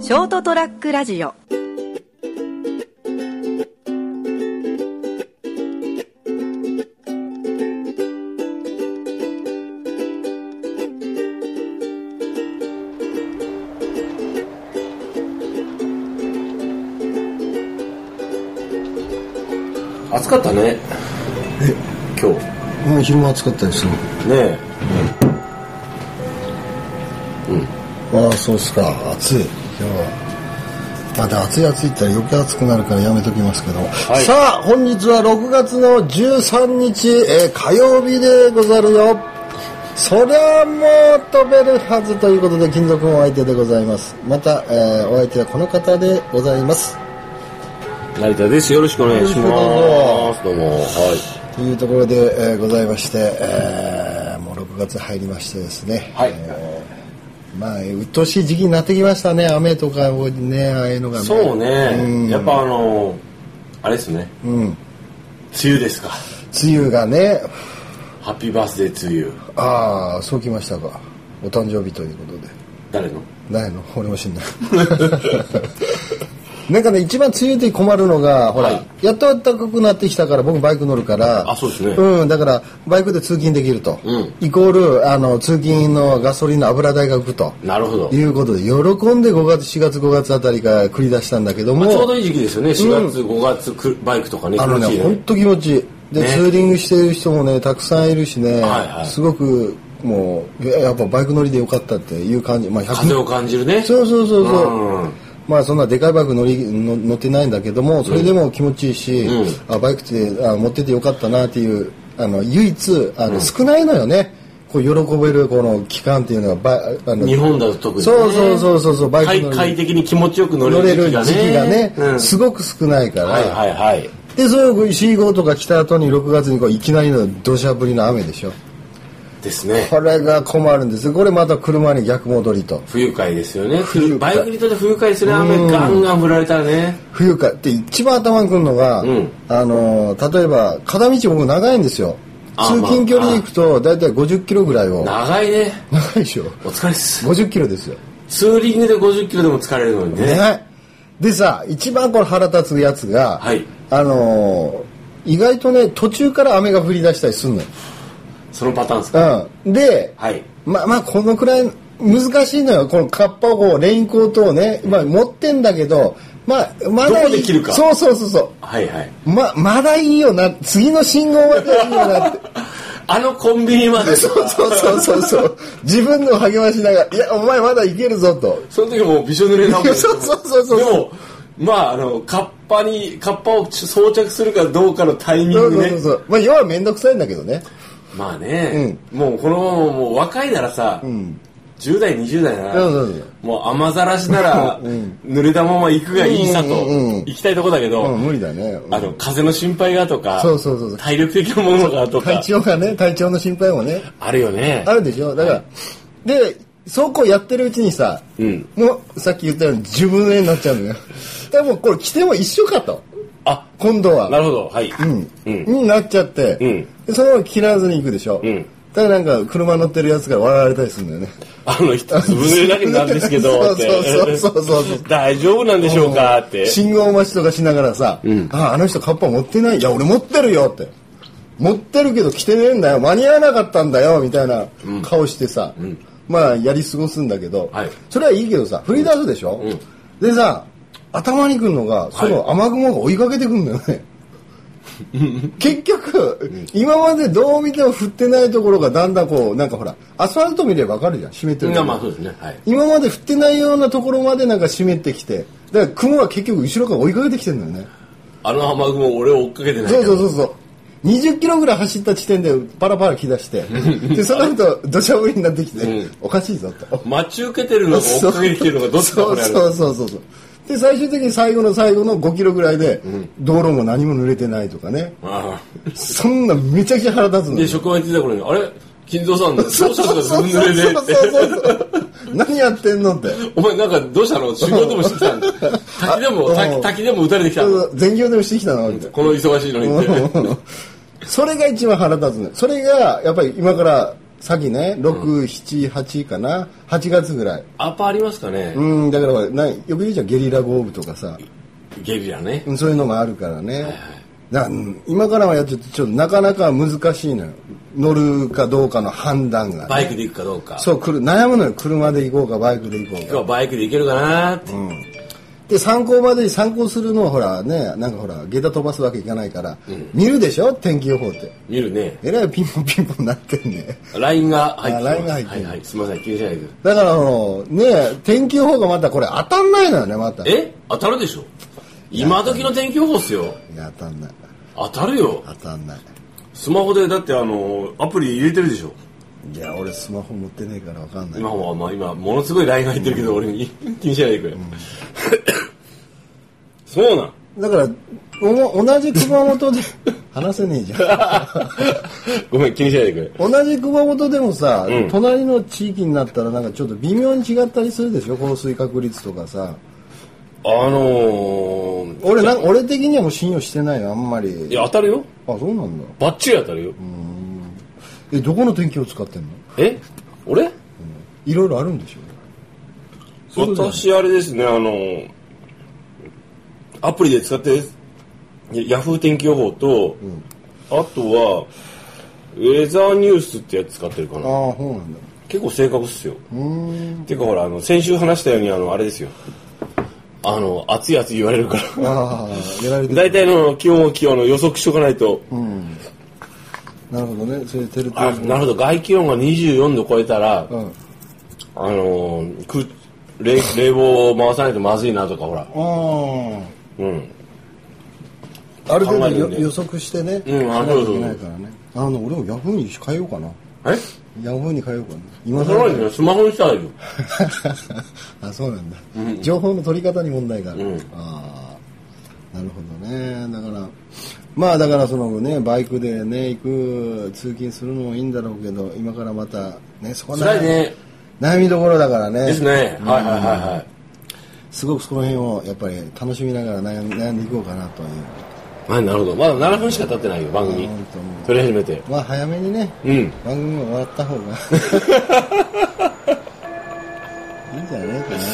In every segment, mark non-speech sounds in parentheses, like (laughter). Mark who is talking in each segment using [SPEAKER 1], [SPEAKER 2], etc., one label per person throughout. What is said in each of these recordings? [SPEAKER 1] ショートトラックラジオ
[SPEAKER 2] 暑かったね今日
[SPEAKER 3] うん、昼間暑かったですよ。
[SPEAKER 2] ね
[SPEAKER 3] ああ、そうっすか。暑い。今日は。まだ暑い暑いって言ったら余計暑くなるからやめときますけど。
[SPEAKER 2] い
[SPEAKER 3] さあ、本日は6月の13日、えー火曜日でござるよ。そりゃもう飛べるはずということで、金属音お相手でございます。また、えーお相手はこの方でございます。
[SPEAKER 2] 成田ですよろしくお願いしま
[SPEAKER 3] よ
[SPEAKER 2] すどうもは
[SPEAKER 3] というところで、えーございまして、えーもう6月入りましてですね。
[SPEAKER 2] はい
[SPEAKER 3] えーまあ、鬱陶しい時期になってきましたね。雨とかをね、ああいうのが
[SPEAKER 2] い
[SPEAKER 3] ね。
[SPEAKER 2] そうね、
[SPEAKER 3] うん
[SPEAKER 2] やっぱあのあれですね
[SPEAKER 3] うん。
[SPEAKER 2] 梅雨ですか
[SPEAKER 3] 梅雨がね、
[SPEAKER 2] ハッピーバースデー梅雨
[SPEAKER 3] ああ、そうきましたか。お誕生日ということで。
[SPEAKER 2] 誰の
[SPEAKER 3] ない (laughs) の俺も死んだ。なんかね、一番梅雨で困るのが、ほら、
[SPEAKER 2] はい
[SPEAKER 3] やっと暖かくなってきたから、僕バイク乗るから、
[SPEAKER 2] あそうですね
[SPEAKER 3] うん、だから、バイクで通勤できると。
[SPEAKER 2] うん
[SPEAKER 3] イコール、あの、通勤のガソリンの油代が浮くと。
[SPEAKER 2] なるほど、
[SPEAKER 3] いうことで、喜んで5月、4月、5月あたりから繰り出したんだけど
[SPEAKER 2] ま
[SPEAKER 3] も、
[SPEAKER 2] あちょうどいい時期ですよね4月、5月くバイクとかね
[SPEAKER 3] あの
[SPEAKER 2] 気持ちいい
[SPEAKER 3] ね、
[SPEAKER 2] ね
[SPEAKER 3] 本当気持ちいい。で、
[SPEAKER 2] ね
[SPEAKER 3] ツーリングしてる人もね、たくさんいるし
[SPEAKER 2] はい
[SPEAKER 3] ね、
[SPEAKER 2] はい
[SPEAKER 3] すごくもう、いややっぱバイク乗りでよかったっていう感じ。まあ、100
[SPEAKER 2] 風を感じるね
[SPEAKER 3] そうそうそうそう。
[SPEAKER 2] うん
[SPEAKER 3] まあそんなでかいバイク乗りの乗ってないんだけどもそれでも気持ちいいし、
[SPEAKER 2] うん
[SPEAKER 3] あバイクってあ持っててよかったなっていうあの唯一あの、少ないのよねこう喜べるこの期間っていうのはバイあの
[SPEAKER 2] 日本だと特に、ね、
[SPEAKER 3] そうそうそうそうそうバイク乗
[SPEAKER 2] 快
[SPEAKER 3] り
[SPEAKER 2] 快適に気持ちよく乗
[SPEAKER 3] 乗れ
[SPEAKER 2] れる
[SPEAKER 3] る
[SPEAKER 2] 時期がね
[SPEAKER 3] 時期がね、
[SPEAKER 2] うん
[SPEAKER 3] すごく少ないから、
[SPEAKER 2] はいはいはい
[SPEAKER 3] でそれを c 号とか来た後に6月にこういきなりの土砂降りの雨でしょ
[SPEAKER 2] ですね
[SPEAKER 3] これが困るんですこれまた車に逆戻りと
[SPEAKER 2] 不愉快ですよね
[SPEAKER 3] 不愉快
[SPEAKER 2] バイクにとって不愉快ですね雨ガンガン降られたらね
[SPEAKER 3] 冬かって一番頭にくるのが、
[SPEAKER 2] うん
[SPEAKER 3] あのー例えば片道僕長いんですよ
[SPEAKER 2] あ
[SPEAKER 3] 通勤距離で行くと大体50キロぐらいを
[SPEAKER 2] 長いね
[SPEAKER 3] 長いでしょ
[SPEAKER 2] お疲れっす
[SPEAKER 3] 50キロですよ、
[SPEAKER 2] ツーリングで50キロでも疲れるのにね
[SPEAKER 3] ね、でさ一番これ腹立つやつが、
[SPEAKER 2] はい
[SPEAKER 3] あのー意外とね途中から雨が降り出したりするのよ
[SPEAKER 2] そのパターンですか
[SPEAKER 3] うん、で、
[SPEAKER 2] はい
[SPEAKER 3] まあまあこのくらい難しいのよこのカッパをこうレインコートをね、まあ、持ってんだけどまあまだいい
[SPEAKER 2] どこで着るか
[SPEAKER 3] そうそうそうそ
[SPEAKER 2] はいはいう
[SPEAKER 3] ままだいいよな次の信号までいいよなって
[SPEAKER 2] あのコンビニまで
[SPEAKER 3] そうそうそうそうそう自分の励ましながら「いやお前まだいけるぞ」と
[SPEAKER 2] その時もうびしょ濡れなもん
[SPEAKER 3] (laughs) そうそうそうそう
[SPEAKER 2] でもまああのカッパにカッパを装着するかどうかのタイミン
[SPEAKER 3] そう
[SPEAKER 2] グ
[SPEAKER 3] そう
[SPEAKER 2] ね
[SPEAKER 3] そうそうまあ要は面倒くさいんだけどね
[SPEAKER 2] まあね、もうこのままもう若いならさ、10代20代なら、
[SPEAKER 3] うんうん
[SPEAKER 2] もう雨ざらしなら、濡れたまま行くがいいさと、
[SPEAKER 3] うんうん
[SPEAKER 2] 行きたいとこだけど、
[SPEAKER 3] うん無理だねうん
[SPEAKER 2] あの風の心配がとか
[SPEAKER 3] そうそうそうそう
[SPEAKER 2] 体力的なものがと
[SPEAKER 3] 体
[SPEAKER 2] か
[SPEAKER 3] 調がね体調の心配もね
[SPEAKER 2] あるよね
[SPEAKER 3] (laughs) あるでしょだから、でそうこうやってるうちにさ、
[SPEAKER 2] うん
[SPEAKER 3] もうさっき言ったように自分絵になっちゃうのよでもうこれ着ても一緒かと
[SPEAKER 2] あ
[SPEAKER 3] 今度
[SPEAKER 2] な
[SPEAKER 3] は
[SPEAKER 2] るほどはい、
[SPEAKER 3] うん、
[SPEAKER 2] うん
[SPEAKER 3] になっちゃって、
[SPEAKER 2] うん
[SPEAKER 3] でそのまま着らずに行くでしょ、
[SPEAKER 2] うん
[SPEAKER 3] だからなんか車乗ってるやつから笑われたりするんだよね
[SPEAKER 2] あの人ずぶ濡れだけなんですけどって
[SPEAKER 3] そうそうそうそうそう
[SPEAKER 2] 大丈夫なんでしょうかって
[SPEAKER 3] 信号待ちとかしながらさ「ああの人カッパ持ってないいや俺持ってるよ」って「持ってるけど着てねえんだよ間に合わなかったんだよ」みたいな顔してさ、まあやり過ごすんだけど、
[SPEAKER 2] はい
[SPEAKER 3] それはいいけどさ振り出すでしょ、でさ頭にくるのがその雨雲が追いかけてくんだよ
[SPEAKER 2] (laughs)
[SPEAKER 3] ね、結局今までどう見ても降ってないところがだんだんこうなんかほらアスファルト見ればわかるじゃん湿ってる
[SPEAKER 2] みん
[SPEAKER 3] か
[SPEAKER 2] な
[SPEAKER 3] ら
[SPEAKER 2] まあそうですねはい
[SPEAKER 3] 今まで降ってないようなところまでなんか湿ってきてだから雲は結局後ろから追いかけてきてるんだ
[SPEAKER 2] (laughs)
[SPEAKER 3] よね
[SPEAKER 2] あの雨雲俺を追っかけてないから
[SPEAKER 3] そうそうそうそう20キロぐらい走った地点でパラパラ来
[SPEAKER 2] (laughs)
[SPEAKER 3] だしてでその後土砂降りになってきて、
[SPEAKER 2] うん
[SPEAKER 3] おかしいぞと
[SPEAKER 2] 待ち受けてるのか追っかけてきてるのかどっちか
[SPEAKER 3] そ
[SPEAKER 2] 分
[SPEAKER 3] う
[SPEAKER 2] からない
[SPEAKER 3] そうそうそうそうで最終的に最後の最後の5キロぐらいで、道路も何も濡れてないとかね
[SPEAKER 2] あ
[SPEAKER 3] そんなめちゃくちゃ腹立つの
[SPEAKER 2] あ
[SPEAKER 3] よ
[SPEAKER 2] で職場に行ってた頃にあれ金蔵さんどうしたんですかずぶ
[SPEAKER 3] (laughs) そう
[SPEAKER 2] 濡れで
[SPEAKER 3] (laughs)
[SPEAKER 2] って
[SPEAKER 3] そうそうそうそう何やってん
[SPEAKER 2] (laughs)
[SPEAKER 3] のって
[SPEAKER 2] お前なんかどうしたの仕事でもしてきたんだ
[SPEAKER 3] (laughs)
[SPEAKER 2] 滝でも
[SPEAKER 3] あ
[SPEAKER 2] 滝滝でも打たれてきたの
[SPEAKER 3] 全業でもしてきたのみたいな
[SPEAKER 2] この忙しいのにって
[SPEAKER 3] それが一番腹立つねそれがやっぱり今から先ね、6、7、8かな、8月ぐらい。
[SPEAKER 2] アパありますかね、
[SPEAKER 3] うん、だからほらな、よく言うじゃん、ゲリラ豪雨とかさ、
[SPEAKER 2] ゲリラね。
[SPEAKER 3] うんそういうのもあるからね。だからうん今からはやっちゃって、ちょっとなかなか難しいのよ。乗るかどうかの判断が。
[SPEAKER 2] バイクで行くかどうか。
[SPEAKER 3] そう、くる悩むのよ。車で行こうか、バイクで行こう
[SPEAKER 2] 今
[SPEAKER 3] か
[SPEAKER 2] 日。はバイクで行けるかなーって。
[SPEAKER 3] で参考までに参考するのはほらねなんかほら下駄飛ばすわけいかないから、見るでしょ天気予報って
[SPEAKER 2] 見るね。
[SPEAKER 3] えらいピンポンピンポンなってんね
[SPEAKER 2] LINE が入ってきます。
[SPEAKER 3] あ LINE が入って
[SPEAKER 2] は
[SPEAKER 3] る
[SPEAKER 2] いはい。すみません、気にしないで。
[SPEAKER 3] だからあのね天気予報がまたこれ当たんないのよねまたい
[SPEAKER 2] え当たるでしょ今時の天気予報っすよ。
[SPEAKER 3] や当たんない
[SPEAKER 2] 当たるよ。
[SPEAKER 3] 当たんない
[SPEAKER 2] スマホで、だってあの、アプリ入れてるでしょ
[SPEAKER 3] いや俺スマホ持ってねえからわかんない
[SPEAKER 2] 今は、まあ今、ものすごい LINE が入ってるけど、俺に気にしないでくれ。 (coughs) そうなん。
[SPEAKER 3] だからおも同じ熊本で (laughs) 話せねえじ (laughs) ゃ
[SPEAKER 2] ごめん、気にしないでくれ。
[SPEAKER 3] ん同じ熊本でもさ、
[SPEAKER 2] うん
[SPEAKER 3] 隣の地域になったらなんかちょっと微妙に違ったりするでしょ降水確率とかさ
[SPEAKER 2] あのー、
[SPEAKER 3] 俺なん俺的にはもう信用してないよあんまり
[SPEAKER 2] いや、当たるよ。
[SPEAKER 3] あそうなんだ
[SPEAKER 2] バッチリ当たるよ。
[SPEAKER 3] えどこの天気を使ってんの
[SPEAKER 2] え俺
[SPEAKER 3] いろいろあるんでしょそうだよね
[SPEAKER 2] 私、あれですね、あの、アプリで使ってる、ヤヤフー天気予報と、あとは、ウェザーニュースってやつ使ってるかな。
[SPEAKER 3] ああそうなんだ
[SPEAKER 2] 結構正確っすよ。
[SPEAKER 3] うーん
[SPEAKER 2] てかほら、あの、先週話したように、あの、あれですよ。あの、暑い暑い言われるから。
[SPEAKER 3] ああやられてる
[SPEAKER 2] 大体の気温を気温の予測しとかないと、
[SPEAKER 3] うんなるほどねそれテレ
[SPEAKER 2] あ
[SPEAKER 3] 東
[SPEAKER 2] なるほど、外気温が24度超えたら、
[SPEAKER 3] うん
[SPEAKER 2] あの、く冷冷房を回さないとまずいなとか、ほら。
[SPEAKER 3] あ
[SPEAKER 2] うん。
[SPEAKER 3] あある程
[SPEAKER 2] 考え
[SPEAKER 3] 度
[SPEAKER 2] るよね
[SPEAKER 3] 予予測してね
[SPEAKER 2] うんあ
[SPEAKER 3] しな
[SPEAKER 2] そう
[SPEAKER 3] い
[SPEAKER 2] そ
[SPEAKER 3] と
[SPEAKER 2] う
[SPEAKER 3] いけないからねあの俺もヤフーに変えようかな
[SPEAKER 2] え
[SPEAKER 3] ヤフーに変えようかな
[SPEAKER 2] ま
[SPEAKER 3] 今
[SPEAKER 2] あそれ
[SPEAKER 3] 更
[SPEAKER 2] は
[SPEAKER 3] だよ
[SPEAKER 2] ね、スマホにしたらいいよ。
[SPEAKER 3] (laughs) あそうなんだ、情報の取り方に問題がある、
[SPEAKER 2] うん
[SPEAKER 3] ああなるほどねだからまあだからそのねバイクでね行く通勤するのもいいんだろうけど今からまたねそこ
[SPEAKER 2] 辛いね。
[SPEAKER 3] 悩みどころだからね
[SPEAKER 2] ですね。はいはいはいはい。
[SPEAKER 3] すごくその辺をやっぱり楽しみながら悩ん悩んでいこうかなという
[SPEAKER 2] まあなるほど。まだ7分しか経ってないよ、番組
[SPEAKER 3] あ本当本。
[SPEAKER 2] 撮り始めて。 (laughs)
[SPEAKER 3] まあ早めにね
[SPEAKER 2] うん。
[SPEAKER 3] 番組も終わった
[SPEAKER 2] (laughs)
[SPEAKER 3] 方がいいんじゃないかな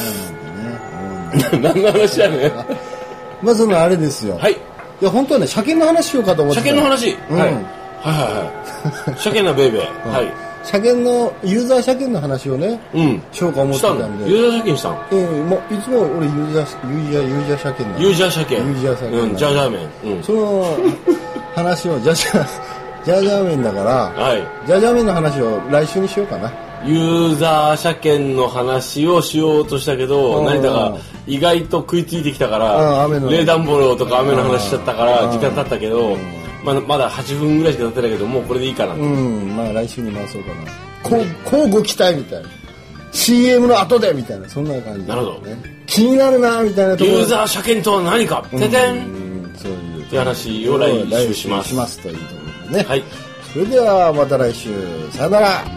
[SPEAKER 3] なんてね思うんだ
[SPEAKER 2] 何の話やねん。は
[SPEAKER 3] まあそのあれですよ、
[SPEAKER 2] い。
[SPEAKER 3] いや、本当はね、車検の話しようかと思って
[SPEAKER 2] 車
[SPEAKER 3] た
[SPEAKER 2] 検の話。
[SPEAKER 3] うん
[SPEAKER 2] はい。はいはいはい。車検なベイベー。はい。
[SPEAKER 3] 車検の、ユーザー車検の話をね、
[SPEAKER 2] うん。
[SPEAKER 3] しようか思っ
[SPEAKER 2] してた
[SPEAKER 3] た
[SPEAKER 2] んだ
[SPEAKER 3] ん。
[SPEAKER 2] ユ
[SPEAKER 3] で。
[SPEAKER 2] ーザー車検したん。
[SPEAKER 3] ええもういつも俺ユーザー、ユーザー、ユーザー車検だ。
[SPEAKER 2] ユーザー車検。
[SPEAKER 3] ユーザー車検
[SPEAKER 2] うん、ジャージャー麺。うん。
[SPEAKER 3] その話を、ジャジャ、ジャジャー麺だ
[SPEAKER 2] (laughs)
[SPEAKER 3] から、
[SPEAKER 2] は
[SPEAKER 3] ジャジャー麺の話を来週にしようかな。
[SPEAKER 2] い。ユーザー車検の話をしようとしたけ
[SPEAKER 3] う
[SPEAKER 2] ど、
[SPEAKER 3] ん
[SPEAKER 2] 成田が意外と食いついてきたか
[SPEAKER 3] うん
[SPEAKER 2] ら
[SPEAKER 3] 雨、の
[SPEAKER 2] 冷暖房とか雨の話しちゃったから
[SPEAKER 3] う、ん
[SPEAKER 2] 時間経ったけど、まだまだ8分ぐらいしか経ってないけど、もうこれでいいかな。
[SPEAKER 3] うん、まあ来週に回そうかな。こう、こうご期待みたいな。CM の後でみたいな、そんな感じ、
[SPEAKER 2] なるほど
[SPEAKER 3] ね。気になるな、みたいなところ。
[SPEAKER 2] ユーザー車検とは何か、てて
[SPEAKER 3] うん
[SPEAKER 2] っ
[SPEAKER 3] ん、そういう。
[SPEAKER 2] て話を来週します。
[SPEAKER 3] というところでね。
[SPEAKER 2] はい。
[SPEAKER 3] それではまた来週さよなら
[SPEAKER 1] ー